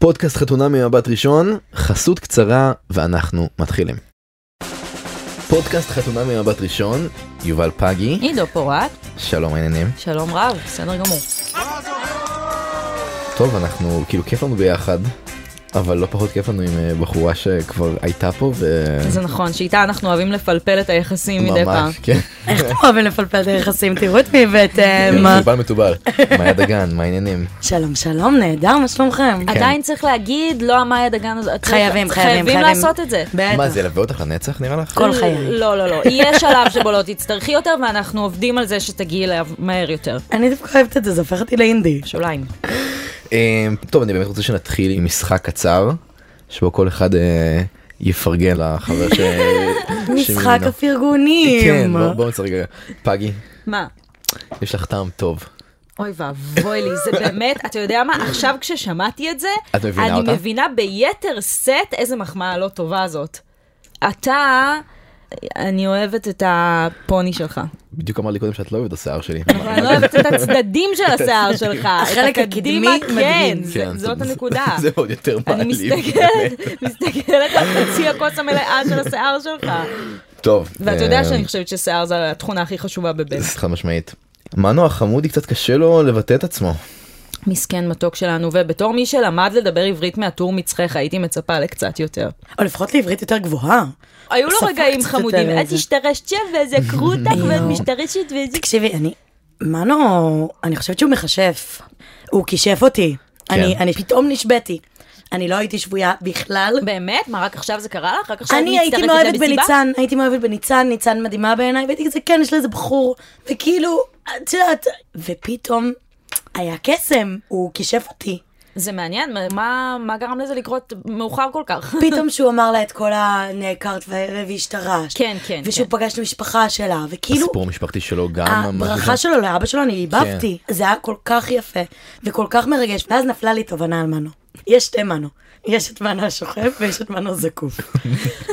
פודקאסט חתונה ממבט ראשון, חסות קצרה ואנחנו מתחילים. פודקאסט חתונה ממבט ראשון, יובל פגי, עידו פורט, שלום העניינים. שלום רב, בסדר גמור. טוב, אנחנו, כאילו כיף לנו ביחד, אבל לא פחות כיף לנו עם אה, בחורה שכבר הייתה פה ו... כן. זה נכון, שאיתה אנחנו אוהבים לפלפל את היחסים מדי פעם. אה, ממש, כן. איך אתם אוהבים לפלפל את היחסים? תראו את מי הבאתם. מובל מתובל, מאיה דגן, כן, מה העניינים? שלום, שלום, נהדר, מה שלומכם? כן. עדיין צריך להגיד, לא המאיה דגן הזאת. צריך- כן. חייבים, חייבים, חייבים חייבים. לעשות את זה. מה זה ילווה אותך לנצח נראה לך? כל חיי. לא, לא, לא. יהיה שלב שבו לא תצטרכי יותר, ואנחנו עובדים על זה שתגיעי אליו מהר יותר. אני דווקא אוהבת את זה, זה הופך אותי לאינדי. שוליים. אה, טוב, אני באמת רוצה שנתחיל עם משחק קצר, שבו כל אחד אה, יפרגן לחבר ש... משחק שמימינו. לא. כן, הפרגונים. בוא- בוא נצא רגע. פגי, מה? יש לך טעם טוב. אוי ואבוי לי, זה באמת, אתה יודע מה, עכשיו כששמעתי את זה, את מבינה אותה? אני מבינה ביתר סט איזה מחמאה לא טובה זאת. אתה, אני אוהבת את הפוני שלך. בדיוק אמרת לי קודם שאת לא אוהבת את השיער שלי. אבל אני לא אוהבת את הצדדים של השיער שלך. החלק את הקדימה, הקדמי מדהים. כן, כן, זה- זאת זה- הנקודה. זה עוד יותר אני מעליב. מסתכלת, מסתכלת על חצי הכוס המלאה של השיער שלך. טוב. ואתה יודע אה, שאני חושבת ששיער זה התכונה הכי חשובה בבן. זה חד משמעית. מנו החמודי קצת קשה לו לבטא את עצמו. מסכן מתוק שלנו, ובתור מי שלמד לדבר עברית מהטור מצחך, הייתי מצפה לקצת יותר. או לפחות לעברית יותר גבוהה. היו לו ספק רגעים קצת חמודים, יותר את זה. השתרשת שם וזה עקרו אותך ואת יואו. משתרשת וזה... תקשיבי, אני... מנו, אני חושבת שהוא מכשף. הוא כישף אותי. כן. אני אני פתאום נשבעתי. אני לא הייתי שבויה בכלל. באמת? מה, רק עכשיו זה קרה לך? רק עכשיו אני הייתי מצטרפת מאוהבת למסיבה? בניצן, הייתי מאוהבת בניצן, ניצן מדהימה בעיניי, והייתי כזה, כן, יש לה איזה בחור, וכאילו, את יודעת, ופתאום היה קסם, הוא כישף אותי. זה מעניין, מה- מה- מה גרם לזה לקרות מאוחר כל כך? פתאום שהוא אמר לה את כל הנעקרת ו- והשתרשת. כן, כן, ושהוא פגש את המשפחה שלה, כאילו, וכאילו, הסיפור המשפחתי שלו גם. הברכה שלו לאבא שלו, אני עיבבתי. כן. זה היה כל כך יפה, וכל כך מרגש, ואז נפלה לי תובנה על מנו. יש שתי מנו. יש את מנו השוכב ויש את מנו הזקוף.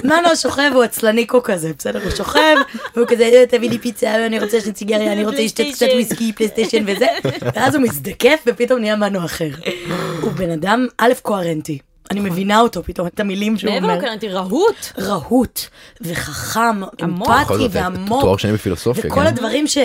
מנו השוכב הוא עצלניקו כזה, בסדר? הוא שוכב, והוא כזה, "אה, תביא לי פיצה, אני רוצה שני סיגריה, אני רוצה לשתות קצת פלייסטיישן. וויסקי, פלייסטיישן וזה, ואז הוא מזדקף ופתאום נהיה מנו אחר. הוא בן אדם, א', קוהרנטי. אני נכון. מבינה אותו פתאום, את המילים שהוא מעבר אומר. לקרנטי, רהוט. רהוט וחכם, עמוק. בכל אמפתי זאת, ועמוק. תואר שני בפילוסופיה, וכל כן. הדברים ש...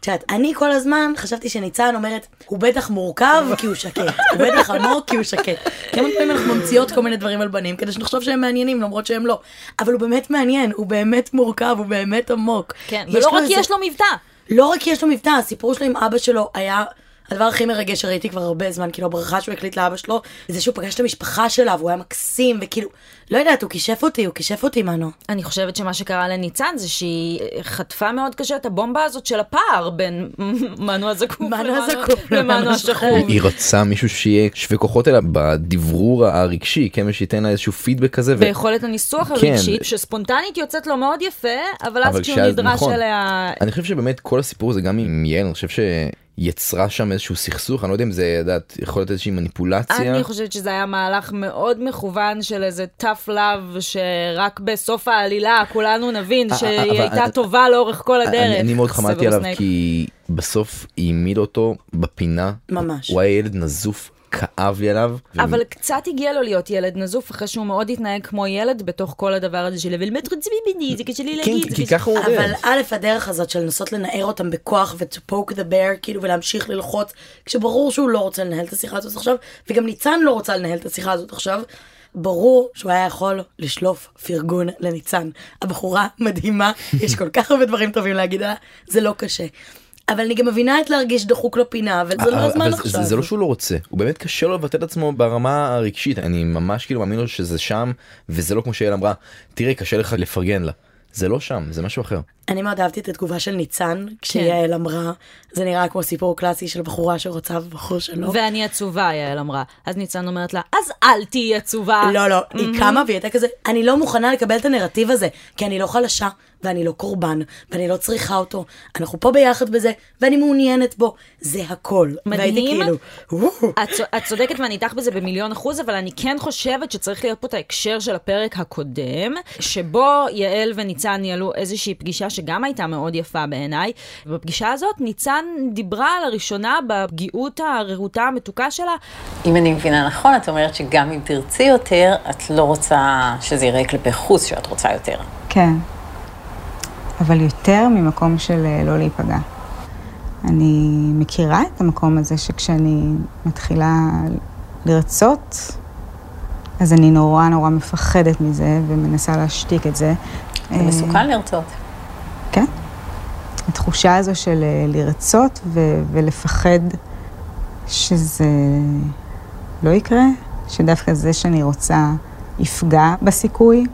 את יודעת, אני כל הזמן חשבתי שניצן אומרת, הוא בטח מורכב כי הוא שקט, הוא בטח עמוק כי הוא שקט. כמה פעמים אנחנו ממציאות כל מיני דברים על בנים כדי שנחשוב שהם מעניינים למרות שהם לא. אבל הוא באמת מעניין, הוא באמת מורכב, הוא באמת עמוק. כן, יש ולא רק איזה- יש לו מבטא. לא רק כי יש לו מבטא, הסיפור שלו עם אבא שלו היה הדבר הכי מרגש שראיתי כבר הרבה זמן, כאילו הברכה שהוא הקליט לאבא שלו, זה שהוא פגש את המשפחה שלה והוא היה מקסים, וכאילו, לא יודעת, הוא כישף אותי, הוא כישף אותי מנו. אני חושבת שמה שקרה לניצן זה שהיא חטפה מאוד קשה את הבומבה הזאת של הפער בין מנו הזקוף מנו למנו- הזקוף למנו למנו השחור. השחור. היא רצה מישהו שיהיה שווה כוחות אליה בדברור הרגשי, כן, ושייתן לה איזשהו פידבק כזה. ו- ביכולת הניסוח כן. הרגשית, שספונטנית יוצאת לו מאוד יפה, אבל אז אבל כשהוא כשאז- נדרש נכון. אליה... אני חושב שבאמת כל הסיפור הזה גם עם יעל, אני חושב שיצרה שם איזשהו סכסוך, אני לא יודע אם זה, את יודעת, יכול להיות איזושהי מניפולציה. אני חושבת שזה היה מהלך מאוד מכוון של איזה tough love, שרק בסוף העלילה כולנו נבין אה, שהיא אבל הייתה אני- טובה לאורך כל הדרך. אני, אני מאוד סוורוס חמדתי עליו סנייפ. כי בסוף היא העמידה אותו בפינה. ממש. הוא היה ילד נזוף, כאב לי עליו. ו- אבל קצת הגיע לו להיות ילד נזוף, אחרי שהוא מאוד התנהג כמו ילד בתוך כל הדבר הזה של אבל מה את רוצה ממני, זה קשה לי כן, להגיד. זה כי- כי קשה-" ככה הוא עובד. אבל א', הדרך הזאת של לנסות לנער אותם בכוח ו-to poke the bear, כאילו, ולהמשיך ללחוץ, כשברור שהוא לא רוצה לנהל את השיחה הזאת עכשיו, וגם ניצן לא רוצה לנהל את השיחה הזאת עכשיו, ברור שהוא היה יכול לשלוף פרגון לניצן. הבחורה מדהימה, יש כל כך הרבה דברים טובים להגיד עליה, זה לא קשה. אבל אני גם מבינה את להרגיש דחוק לפינה, אבל זה לא אבל- הזמן אבל עכשיו. זה- זה לא שהוא לא רוצה, הוא באמת קשה לו לבטא את עצמו ברמה הרגשית, אני ממש כאילו מאמין לו שזה שם, וזה לא כמו שיעל אמרה, תראה, קשה לך לפרגן לה. זה לא שם, זה משהו אחר. אני מאוד אהבתי את התגובה של ניצן, כן. כשיעל אמרה, זה נראה כמו סיפור קלאסי של בחורה שרוצה ובחור שלא. ואני עצובה, יעל אמרה. אז ניצן אומרת לה, אז אל תהיי עצובה. לא, לא, היא קמה והיא הייתה כזה, אני לא מוכנה לקבל את הנרטיב הזה, כי אני לא חלשה, ואני לא קורבן, ואני לא צריכה אותו. אנחנו פה ביחד בזה, ואני מעוניינת בו. זה הכל. והייתי מדהים. כאילו, "וואו." את צו- את צודקת ואני איתך בזה במיליון אחוז, אבל אני כן חושבת שצריך להיות פה את ההקשר של הפרק הקודם, שבו יעל וניצן ניהלו איזושהי פגישה שגם הייתה מאוד יפה בעיניי. בפגישה הזאת ניצן דיברה לראשונה בפגיעות הרהוטה המתוקה שלה, אם אני מבינה נכון, את אומרת שגם אם תרצי יותר, את לא רוצה שזה ייראה כלפי חוץ שאת רוצה יותר. כן, אבל יותר ממקום של אה, לא להיפגע. אני מכירה את המקום הזה שכשאני מתחילה לרצות, אז אני נורא נורא מפחדת מזה ומנסה להשתיק את זה. אה, זה מסוכן לרצות. כן. התחושה הזו של אה, לרצות ו- ולפחד שזה לא יקרה, שדווקא זה שאני רוצה יפגע בסיכוי,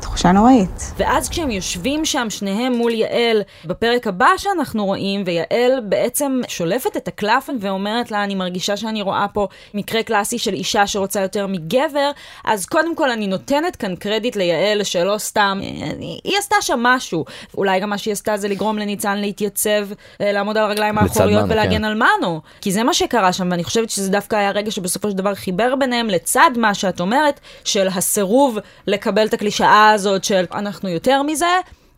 תחושה נוראית. ואז כשהם יושבים שם שניהם מול יעל בפרק הבא שאנחנו רואים, ויעל בעצם שולפת את הקלפן ואומרת לה, אני מרגישה שאני רואה פה מקרה קלאסי של אישה שרוצה יותר מגבר, אז קודם כל אני נותנת כאן קרדיט ליעל שלא סתם, אה, היא עשתה שם משהו. אולי גם מה שהיא עשתה זה לגרום לניצן להתייצב, אה, לעמוד על הרגליים לצד האחוריות מנו, ולהגן כן. על מנו, כי זה מה שקרה שם, ואני חושבת שזה דווקא היה רגע שבסופו של דבר חיבר ביניהם לצד מה שאת אומרת, של הסירוב לקבל את הקלישאה הזאת של אנחנו יותר מזה.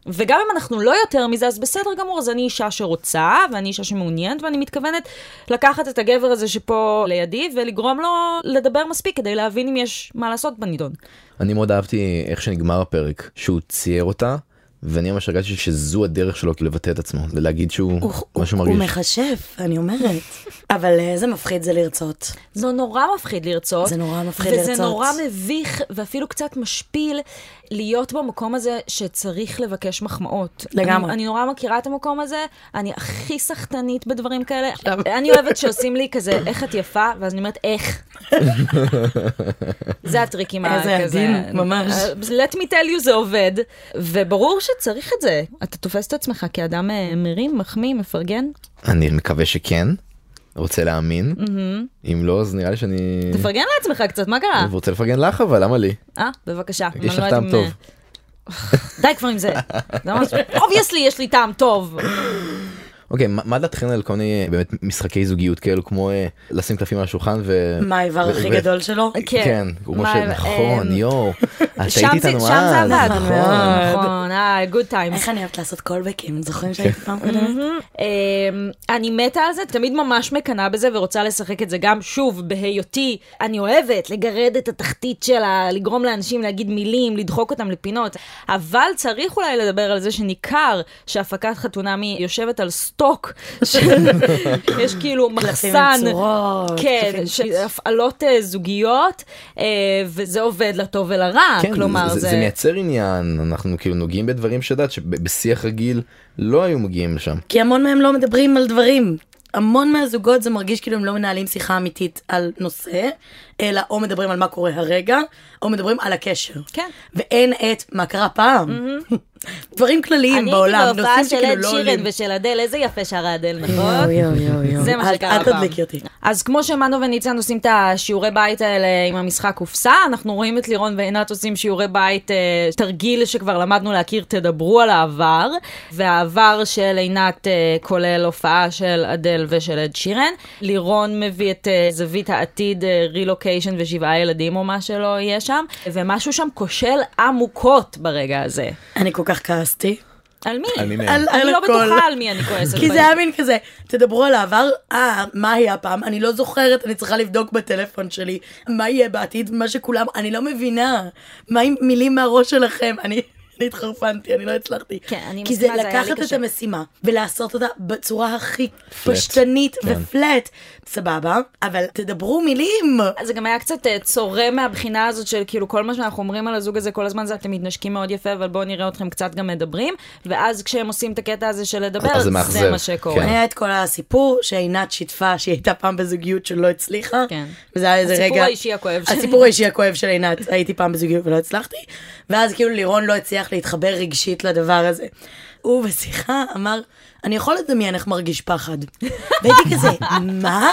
וגם אם אנחנו לא יותר מזה, אז בסדר גמור, אז אני אישה שרוצה, ואני אישה שמעוניינת, ואני מתכוונת לקחת את הגבר הזה שפה לידי, ולגרום לו לדבר מספיק כדי להבין אם יש מה לעשות בנידון. אני מאוד אהבתי איך שנגמר הפרק, שהוא צייר אותה, ואני ממש הרגשתי שזו הדרך שלו כאילו לבטא את עצמו, ולהגיד שהוא, הוא- הוא מה שהוא הוא מרגיש. מכשף, אני אומרת. אבל איזה מפחיד זה לרצות. זה נורא מפחיד לרצות. זה נורא מפחיד וזה לרצות. נורא מביך, ואפילו קצת משפיל, להיות במקום הזה שצריך לבקש מחמאות. לגמרי. אני, אני נורא מכירה את המקום הזה, אני הכי סחטנית בדברים כאלה. אני אוהבת שעושים לי כזה, איך את יפה, ואז אני אומרת, איך. זה הטריקים האלה. איזה עדין, ממש. let me tell you זה עובד, וברור שצריך את זה. אתה תופס את עצמך כאדם אה, מרים, מחמיא, מפרגן. אני מקווה שכן, רוצה להאמין, אם לא אז נראה לי שאני... תפרגן לעצמך קצת, מה קרה? אני רוצה לפרגן לך אבל למה לי? אה, בבקשה. אני לא יש לך יודעת טעם אם, טוב. אה, די כבר עם זה. זה ממש, אובייסלי יש לי טעם טוב. אוקיי, מה מה דעתכן על כל מיני אה, באמת משחקי זוגיות כאלו, כמו אה, לשים קלפים על השולחן ו... מה האיבר ו- הכי ו- גדול לא, שלו? כן, כמו מה, שנכון, אמ, יואו, את היית שם זה איתנו אז, שם זה עבד. נכון. נכון, אה, גוד טיימס. איך אני אוהבת לעשות קולבקים, זוכרים כן. שהייתי פעם קודמת? Mm-hmm. אמ, אני מתה על זה, תמיד ממש מקנאה בזה ורוצה לשחק את זה גם שוב בהיותי. אני אוהבת לגרד את התחתית שלה, לגרום לאנשים להגיד מילים, לדחוק אותם לפינות, אבל צריך אולי לדבר על זה שניכר שהפקת חתונמי יושבת על סטוק, של- יש כאילו קלפים מחסן. עם צורות. כן, קלפים- של הפעלות אה, זוגיות, אה, וזה עובד לטוב ולרע, כן, אה, כלומר זה, זה... זה מייצר עניין, אנחנו כאילו נוגעים בדברים שאת יודעת שבשיח רגיל לא היו מגיעים לשם. כי המון מהם לא מדברים על דברים. המון מהזוגות זה מרגיש כאילו הם לא מנהלים שיחה אמיתית על נושא, אלא או מדברים על מה קורה הרגע, או מדברים על הקשר. כן. Mm-hmm. ואין את מה קרה פעם. דברים כלליים אני הייתי בעולם, בהופעה נושאים של שכאילו אד לא שירן עולים. ושל אדל, איזה יפה שרה אדל, יואו, נכון? יואו, יואו, יואו. זה מה אל- שקרה לא. אל הפעם. תדליקי אותי. אז כמו שמנו וניצן עושים את השיעורי בית האלה עם המשחק קופסה, אנחנו רואים את לירון ועינת עושים שיעורי בית, אה, תרגיל שכבר למדנו להכיר, תדברו על העבר, והעבר של עינת אה, כולל הופעה של אדל ושל אד שירן. לירון מביא את אה, זווית העתיד, אה, רילוקיישן ושבעה ילדים או מה שלא יהיה שם, ומשהו שם כושל עמוקות ברגע הזה. אני כל כך כעסתי. על מי? על מי מהם? על- אני על לא הכל. בטוחה על מי אני כועסת. כי בעצם. זה היה מין כזה, תדברו על העבר, אה, מה היה פעם, אני לא זוכרת, אני צריכה לבדוק בטלפון שלי, מה יהיה בעתיד, מה שכולם, אני לא מבינה, מה עם מילים מהראש שלכם, אני... אני התחרפנתי, אני לא הצלחתי. כן, אני כי זה מסכימה, זה היה לי לקחת את קשה. המשימה ולעשות אותה בצורה הכי פשטנית ופלט. סבבה, אבל תדברו מילים. זה גם היה קצת אה, צורם מהבחינה הזאת של כאילו כל מה שאנחנו אומרים על הזוג הזה כל הזמן זה אתם מתנשקים מאוד יפה אבל בואו נראה אתכם קצת גם מדברים ואז כשהם עושים את הקטע הזה של לדבר אז זה זה מאכזב, מה שקורה. כן. היה את כל הסיפור שעינת שיתפה שהיא הייתה פעם בזוגיות שלא הצליחה. כן. וזה היה איזה רגע... הסיפור האישי הכואב שלי. הסיפור האישי הכואב של עינת, הייתי פעם בזוגיות ולא הצלחתי. ואז כאילו לירון לא הצליח להתחבר רגשית לדבר הזה. הוא בשיחה אמר, אני יכול לדמיין איך מרגיש פחד. והייתי כזה, מה?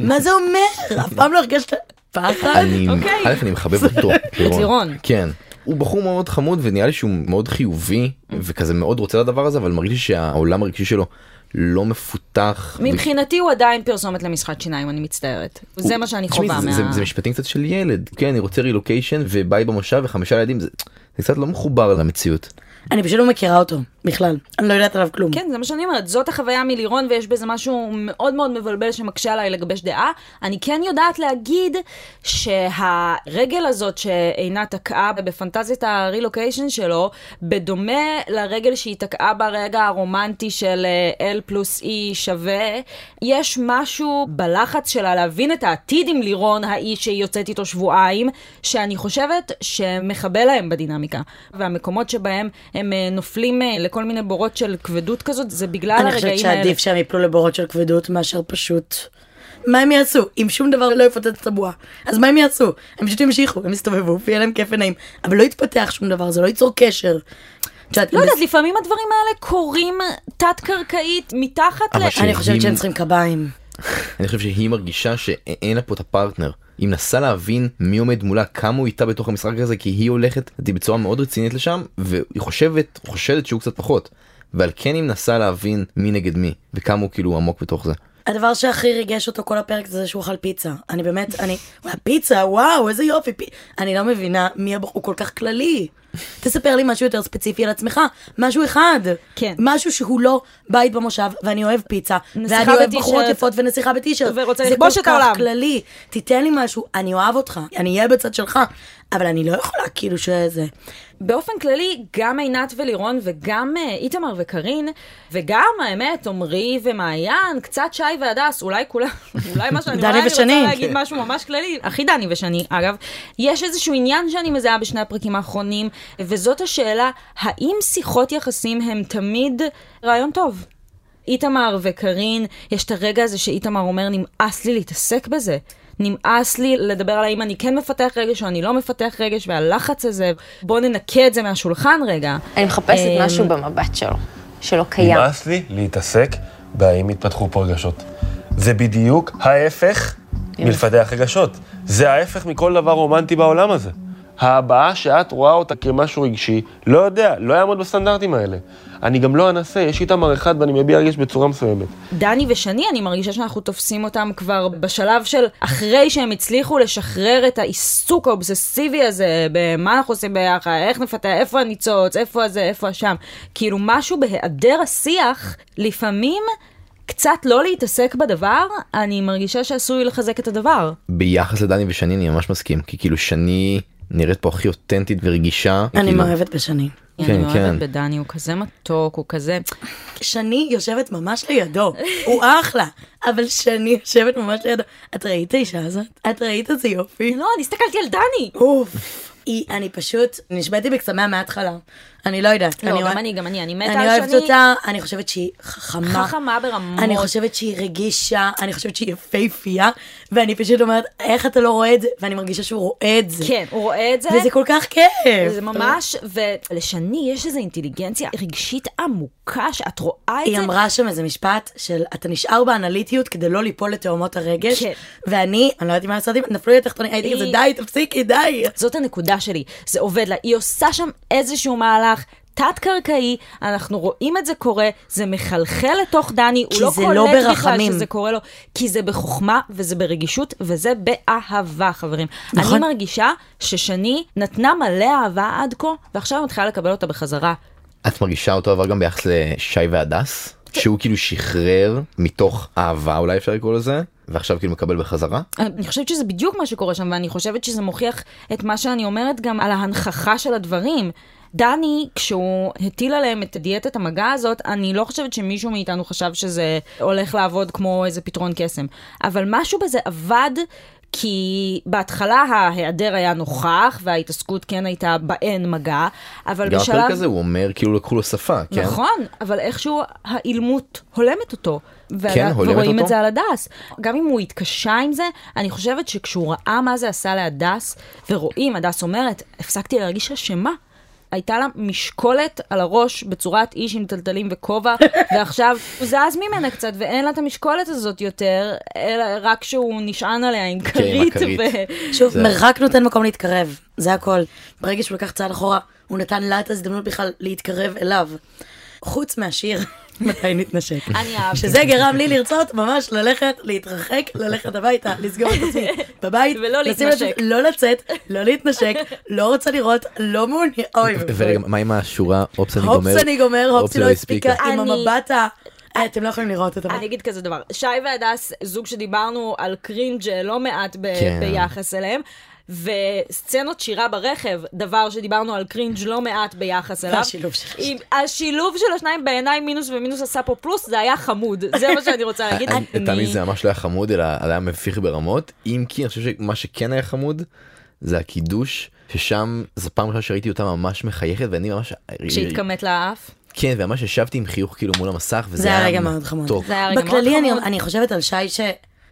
מה זה אומר? אף פעם לא הרגשת פחד? אני, אוקיי. א', אני מחבב אותו, לירון. לירון. כן. הוא בחור מאוד חמוד ונראה לי שהוא מאוד חיובי Mm. וכזה מאוד רוצה לדבר הזה אבל מרגיש לי שהעולם הרגשי שלו לא מפותח. מבחינתי הוא עדיין פרסומת למשחת שיניים אני מצטערת. זה מה שאני תשמעי, חווה זה- זה- מה... זה משפטים קצת של ילד. כן, אני רוצה רילוקיישן ובית במושב וחמישה ילדים. זה זה קצת לא מחובר למציאות. אני פשוט לא מכירה אותו, בכלל. אני לא יודעת עליו כלום. כן, זה מה שאני אומרת, זאת החוויה מלירון, ויש בזה משהו מאוד מאוד מבלבל שמקשה עליי לגבש דעה. אני כן יודעת להגיד שהרגל הזאת שעינת תקעה בפנטזיית הרילוקיישן שלו, בדומה לרגל שהיא תקעה ברגע הרומנטי של אה, L פלוס E שווה, יש משהו בלחץ שלה להבין את העתיד עם לירון, האיש שהיא יוצאת איתו שבועיים, שאני חושבת שמחבל להם בדינמיקה. והמקומות שבהם הם אה, נופלים אה, לכל מיני בורות של כבדות כזאת, זה בגלל אני חושבת הרגעים האלה. שעדיף שהם יפלו לבורות של כבדות מאשר פשוט... מה הם יעשו? אם שום דבר לא יפוצץ את הבועה. אז מה הם יעשו? הם פשוט ימשיכו, הם יסתובבו, ויהיה להם כיף ונעים. אבל לא יתפתח שום דבר, זה לא ייצור קשר. את יודעת, לא בס- יודעת, לפעמים הדברים האלה קורים תת-קרקעית, מתחת ל... אבל ש- אני חושבת אם- שהם צריכים קביים. אני חושב שהיא מרגישה שאין לה פה את הפרטנר. היא מנסה להבין מי עומד מולה, כמה הוא איתה בתוך המשחק הזה, כי היא הולכת לדעתי, בצורה מאוד רצינית לשם, והיא חושבת, חושדת שהוא קצת פחות. ועל כן היא מנסה להבין מי נגד מי, וכמה הוא כאילו עמוק בתוך זה. הדבר שהכי ריגש אותו כל הפרק זה שהוא אכל פיצה. אני באמת, אני... פיצה, וואו, איזה יופי. פי... אני לא מבינה מי הבחור, הוא כל כך כללי. תספר לי משהו יותר ספציפי על עצמך, משהו אחד. כן. משהו שהוא לא בית במושב, ואני אוהב פיצה. נסיכה ואני אוהב בטישרט. בחורות יפות ונסיכה בטישרט. ורוצה לכבוש את זה כל העולם. כך כללי. תיתן לי משהו, אני אוהב אותך, אני אהיה בצד שלך, אבל אני לא יכולה כאילו שזה... באופן כללי, גם עינת ולירון וגם אה, איתמר וקארין, וגם האמת, עמרי ומעיין, קצת שי והדס, אולי כולם, אולי מה שאני דני אולי אני רוצה ושני. להגיד משהו ממש כללי, הכי דני ושני, אגב. יש איזשהו עניין שאני מזהה בשני הפרקים האחרונים, וזאת השאלה, האם שיחות יחסים הם תמיד רעיון טוב? איתמר וקארין, יש את הרגע הזה שאיתמר אומר, נמאס לי להתעסק בזה. נמאס לי לדבר על האם אני כן מפתח רגש או אני לא מפתח רגש, והלחץ הזה, בוא ננקה את זה מהשולחן רגע. אני מחפשת אמ, משהו במבט שלו, שלא קיים. נמאס לי להתעסק בהאם התפתחו פה רגשות. זה בדיוק ההפך מלפתח רגשות. זה ההפך מכל דבר רומנטי בעולם הזה. הבעה שאת רואה אותה כמשהו רגשי, לא יודע, לא יעמוד בסטנדרטים האלה. אני גם לא אנסה, יש איתמר אחד ואני מביע רגש בצורה מסוימת. דני ושני, אני מרגישה שאנחנו תופסים אותם כבר בשלב של אחרי שהם הצליחו לשחרר את העיסוק האובססיבי הזה, במה אנחנו עושים ביחד, איך נפתח, איפה הניצוץ, איפה הזה, איפה השם. כאילו משהו בהיעדר השיח, לפעמים קצת לא להתעסק בדבר, אני מרגישה שעשוי לחזק את הדבר. ביחס לדני ושני אני ממש מסכים, כי כאילו שני נראית פה הכי אותנטית ורגישה. אני כאילו, מאוהבת בשני. כן, אני כן. מאוהבת בדני, הוא כזה מתוק, הוא כזה... שני יושבת ממש לידו, הוא אחלה, אבל שני יושבת ממש לידו. את ראית את האישה הזאת? את ראית איזה יופי? לא, אני הסתכלתי על דני! אוף. היא, אני פשוט נשבעתי בקסמיה מההתחלה. אני לא יודעת. לא, אוהב- גם אני, גם אני, אני מתה על אני אוהבת שני. אותה, אני חושבת שהיא חכמה. חכמה ברמות. אני חושבת שהיא רגישה, אני חושבת שהיא יפהפייה, ואני פשוט אומרת, איך אתה לא רואה את זה? ואני מרגישה שהוא רואה את זה. כן, הוא רואה את זה. וזה כל כך כיף. זה ממש, ולשני יש איזו אינטליגנציה רגשית עמוקה שאת רואה את היא זה. אמרה שם איזה משפט של אתה נשאר באנליטיות כדי לא ליפול לתאומות הרגש, כן. ואני, אני לא יודעת מה לעשות, נפלו לי התחתונים, הייתי היא- כזה די, תפסיקי, די. זאת הנקודה שלי, זה עובד לה. היא עושה שם איזשהו מהלך. תת-קרקעי, אנחנו רואים את זה קורה, זה מחלחל לתוך דני, הוא כי לא זה קולט לא בכלל ברחמים. שזה קורה לו, כי זה בחוכמה וזה ברגישות וזה באהבה, חברים. נכון. אני מרגישה ששני נתנה מלא אהבה עד כה, ועכשיו היא מתחילה לקבל אותה בחזרה. את מרגישה אותו דבר גם ביחס לשי והדס? שהוא כאילו שחרר מתוך אהבה אולי אפשר לקרוא לזה, ועכשיו כאילו מקבל בחזרה? אני חושבת שזה בדיוק מה שקורה שם, ואני חושבת שזה מוכיח את מה שאני אומרת גם על ההנכחה של הדברים. דני, כשהוא הטיל עליהם את דיאטת המגע הזאת, אני לא חושבת שמישהו מאיתנו חשב שזה הולך לעבוד כמו איזה פתרון קסם. אבל משהו בזה עבד, כי בהתחלה ההיעדר היה נוכח, וההתעסקות כן הייתה באין מגע, אבל גם בשלב... הפרק הזה הוא אומר כאילו לקחו לו שפה, כן? נכון, אבל איכשהו האילמות הולמת אותו. ועל- כן, הולמת ורואים את אותו. זה על הדס. גם אם הוא התקשה עם זה, אני חושבת שכשהוא ראה מה זה עשה להדס, ורואים, הדס אומרת, הפסקתי להרגיש אשמה. הייתה לה משקולת על הראש בצורת איש עם טלטלים וכובע, ועכשיו הוא זז ממנה קצת, ואין לה את המשקולת הזאת יותר, אלא רק שהוא נשען עליה עם כרית. כן, הכרית. ו- שוב, זה- מרחק נותן מקום להתקרב, זה הכל. ברגע שהוא לקח צעד אחורה, הוא נתן לה את ההזדמנות בכלל להתקרב אליו. חוץ מהשיר מתי נתנשק. אני אהבתי. שזה גרם לי לרצות ממש ללכת, להתרחק, ללכת הביתה, לסגור את עצמי בבית. ולא לשים את עצמי- להתנשק. לא לצאת, לא להתנשק, לא רוצה לראות, לא מעוניין. אוי ורגע, מה עם השורה, הופס אני גומר? הופס אני גומר, הופס הופס היא לא לא הספיקה, הספיקה. עם אני- המבט ה... אה, אתם לא יכולים לראות את המבט. אני אגיד כזה דבר, שי והדס, זוג שדיברנו על קרינג' לא מעט ב- כן. ביחס אליהם. וסצנות שירה ברכב, דבר שדיברנו על קרינג' לא מעט ביחס אליו. השילוב של השניים. עם- השילוב של השניים בעיניי מינוס ומינוס עשה פה פלוס, זה היה חמוד. זה מה שאני רוצה אה, להגיד. אני- אה, תאמין לי, זה ממש לא היה חמוד אלא אלא היה מביך ברמות אם כי אני חושב שמה שכן היה חמוד זה הקידוש ששם זו פעם ראשונה שראיתי אותה ממש מחייכת ואני ממש שהתכמת לאף. כן וממש ישבתי עם חיוך כאילו מול המסך וזה זה היה רגע מאוד חמוד. מתוק. זה היה רגע מאוד בכללי אני, חמוד. אני חושבת על שי ש...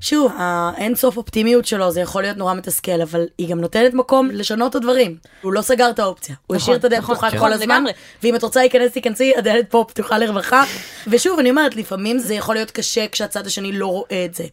שוב, האין סוף אופטימיות שלו, זה יכול להיות נורא מתסכל, אבל היא גם נותנת מקום לשנות את הדברים. הוא לא סגר את האופציה, הוא השאיר את הדלת נכון, פתוחה כן. כל נכון, הזמן, לגמרי. ואם את רוצה להיכנס, תיכנסי, הדלת פה פתוחה לרווחה. ושוב, אני אומרת, לפעמים זה יכול להיות קשה כשהצד השני לא רואה את זה.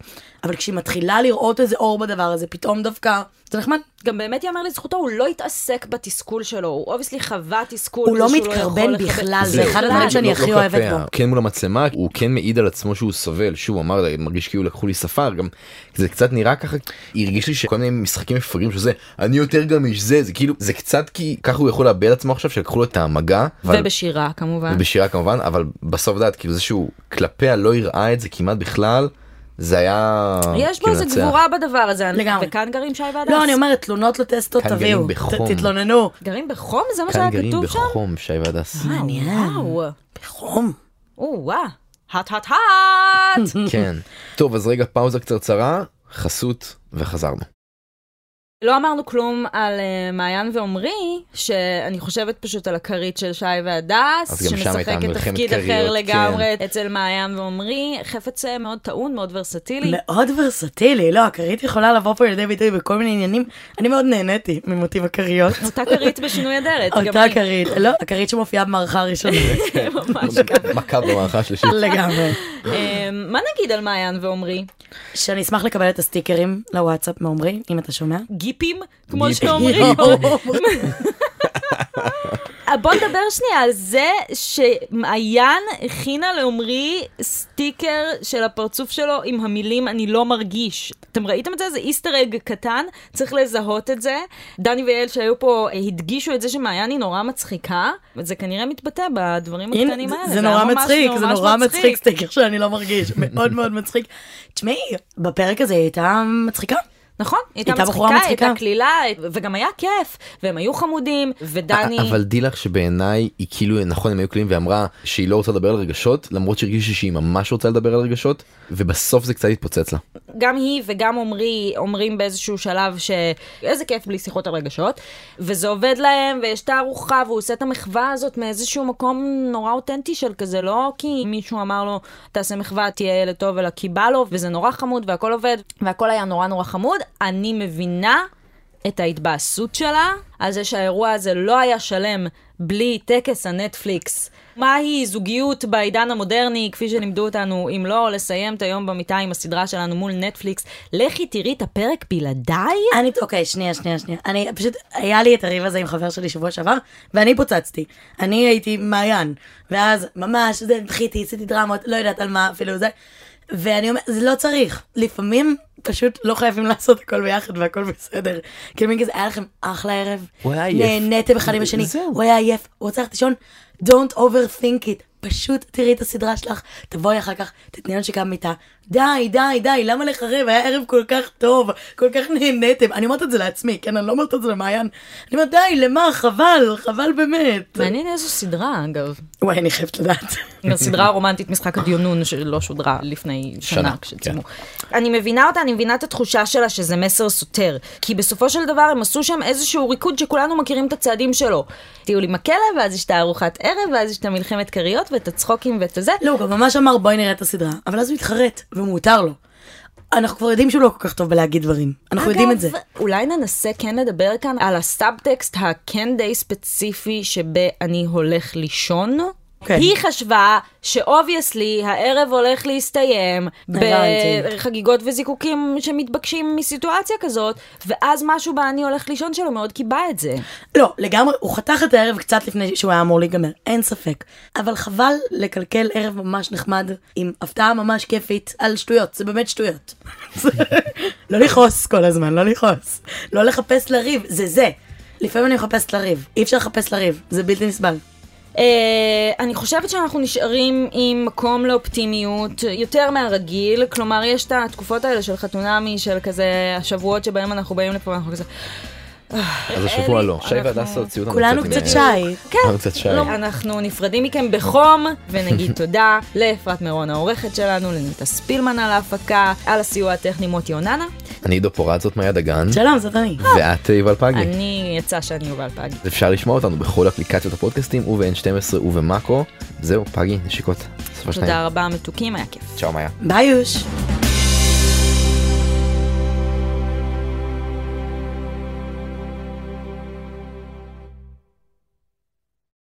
אבל כשהיא מתחילה לראות איזה אור בדבר הזה, פתאום דווקא, זה נחמד. גם באמת ייאמר לזכותו, הוא לא התעסק בתסכול שלו, הוא אובייסלי חווה תסכול. הוא לא זה שהוא מתקרבן יכול לחבר- בכלל, זה זהו, אחד לא, הדברים שאני לא- הכי לא אוהבת כלפיה. בו. כן מול המצלמה הוא כן מעיד על עצמו שהוא סובל שוב הוא אמר מרגיש כאילו לקחו לי שפר גם זה קצת נראה ככה הרגיש לי שכל מיני משחקים מפגרים שזה אני יותר גמיש זה זה כאילו זה קצת כי ככה הוא יכול לאבד עצמו עכשיו שלקחו לו את המגע. אבל- ובשירה כמובן. ובשירה כמובן אבל בסוף דעת כאילו זה שהוא כלפיה לא הראה את זה כמעט בכלל זה היה יש בו כאילו איזה נצח. גבורה בדבר הזה. אני- לגמרי. וכאן גרים שי והדס. לא, אני אומרת, תלונות לטסטות כאן תביאו, גרים בחום. ת- תתלוננו. גרים בחום? זה מה כאן שהיה גרים כתוב שם? בחום שי והדס מעניין. וואו. בחום. או וואו. הט הט הט. כן טוב אז רגע פאוזה קצרצרה חסות וחזרנו. לא אמרנו כלום על אה, מעיין ועומרי, שאני חושבת פשוט על הכרית של שי אז והדס, גם שם הייתה שמשחקת מלחמת תפקיד כריות, אחר כן. לגמרי אצל מעיין ועומרי. חפץ אה, מאוד טעון, מאוד ורסטילי. מאוד ורסטילי, לא, הכרית יכולה לבוא פה לידי ביטוי בכל מיני עניינים. אני מאוד נהניתי ממוטיב הכריות. אותה כרית בשינוי אדרת. גם אותה היא. כרית, לא, הכרית שמופיעה במערכה הראשונה. ממש. מכה במערכה השלישית. לגמרי. אה, מה נגיד על מעיין ועומרי? שאני אשמח לקבל את הסטיקרים לוואטסאפ מעומרי, אם אתה שומע. גיפים, כמו גיפים. שאומרים. לא. אה, בוא נדבר שנייה על זה שמעיין הכינה לעומרי סטיקר של הפרצוף שלו עם המילים אני לא מרגיש. אתם ראיתם את זה? זה איסטר אג קטן, צריך לזהות את זה. דני ויעל שהיו פה אה, הדגישו את זה שמעיין היא נורא מצחיקה, וזה כנראה מתבטא בדברים הנה, הקטנים זה- האלה. זה לא נורא היה ממש מצחיק, זה ממש נורא מצחיק, סטיקר שאני לא מרגיש, מאוד מאוד מצחיק. תשמעי, בפרק הזה היא הייתה מצחיקה. נכון, היא הייתה הייתה בחורה מצחיקה, מצחיקה. הייתה קלילה, וגם היה כיף, והם היו חמודים, ודני... אה, אבל דילך שבעיניי היא כאילו נכון הם היו כלים ואמרה שהיא לא רוצה לדבר על רגשות למרות שהרגישה שהיא ממש רוצה לדבר על רגשות ובסוף זה קצת התפוצץ לה. גם היא וגם עמרי אומרים באיזשהו שלב שאיזה כיף בלי שיחות על רגשות, וזה עובד להם, ויש תערוכה, והוא עושה את המחווה הזאת מאיזשהו מקום נורא אותנטי של כזה, לא כי מישהו אמר לו, תעשה מחווה, תהיה ילד טוב, אלא כי בא לו, וזה נורא חמוד, והכל עובד, והכל היה נורא נורא חמוד. אני מבינה את ההתבאסות שלה על זה שהאירוע הזה לא היה שלם בלי טקס הנטפליקס. מהי זוגיות בעידן המודרני, כפי שלימדו אותנו, אם לא לסיים את היום במיטה עם הסדרה שלנו מול נטפליקס, לכי תראי את הפרק בלעדיי? אני, אוקיי, שנייה, שנייה, שנייה. אני פשוט, היה לי את הריב הזה עם חבר שלי שבוע שעבר, ואני פוצצתי. אני הייתי מעיין, ואז ממש, זה, בכיתי, עשיתי דרמות, לא יודעת על מה אפילו זה. ואני אומרת, זה לא צריך. לפעמים פשוט לא חייבים לעשות הכל ביחד והכל בסדר. כאילו, מין כזה, היה לכם אחלה ערב. הוא היה עייף. נהניתם אחד עם השני. זהו. הוא היה עייף, הוא רוצה ללכת לישון. Don't overthink it. פשוט תראי את הסדרה שלך, תבואי אחר כך, תתני לנו שקם מיטה. די, די, די, למה לחרב? היה ערב כל כך טוב, כל כך נהניתם. אני אומרת את זה לעצמי, כן? אני לא אומרת את זה למעיין. אני אומרת, די, למה? חבל, חבל באמת. מעניין איזו סדרה, אגב. וואי, אני חייבת לדעת. גם סדרה רומנטית משחק הדיונון שלא שודרה לפני שנה, שנה כשצילמו. אני מבינה אותה, אני מבינה את התחושה שלה שזה מסר סותר. כי בסופו של דבר הם עשו שם איזשהו ריקוד שכולנו מכירים את הצעדים שלו. טיול עם הכלב, ואז יש את הארוחת ערב, ואז יש את המלחמת כריות, ואת הצחוקים ואת הזה. לא, הוא גם ממש אמר, בואי נראה את הסדרה. אבל אז הוא התחרט, ומותר לו. אנחנו כבר יודעים שהוא לא כל כך טוב בלהגיד דברים. אנחנו יודעים את זה. אולי ננסה כן לדבר כאן על הסאבטקסט הכן די ספציפי שב"אני הולך לישון", כן. היא חשבה שאובייסלי הערב הולך להסתיים הבנתי. בחגיגות וזיקוקים שמתבקשים מסיטואציה כזאת, ואז משהו באני הולך לישון שלו מאוד קיבע את זה. לא, לגמרי, הוא חתך את הערב קצת לפני שהוא היה אמור להיגמר, אין ספק. אבל חבל לקלקל ערב ממש נחמד עם הפתעה ממש כיפית על שטויות, זה באמת שטויות. לא לכעוס כל הזמן, לא לכעוס. לא לחפש לריב, זה זה. לפעמים אני מחפשת לריב, אי אפשר לחפש לריב, זה בלתי נסבל. אה, אני חושבת שאנחנו נשארים עם מקום לאופטימיות יותר מהרגיל, כלומר יש את התקופות האלה של חתונמי, של כזה השבועות שבהם אנחנו באים לפה ואנחנו כזה... אז השבוע אלי, לא. שי אנחנו- והדס הוציאו אותנו כולנו עם- קצת שי. כן, כולנו קצת שי. לא, אנחנו נפרדים מכם בחום, ונגיד תודה לאפרת מירון העורכת שלנו, לניטה ספילמן על ההפקה, על הסיוע הטכני מוטי אוננה. אני עידו פורט, זאת מאיה דגן, שלום, זאת אני. ואת אה, יובל פגי. כן. אני יצא שאני יובל פגי. אפשר לשמוע אותנו בכל אפליקציות הפודקאסטים וב-N12 ובמאקו. זהו, פגי, נשיקות. סוף השניים. תודה רבה, מתוקים, היה כיף. צ'או מאיה. ביי יוש.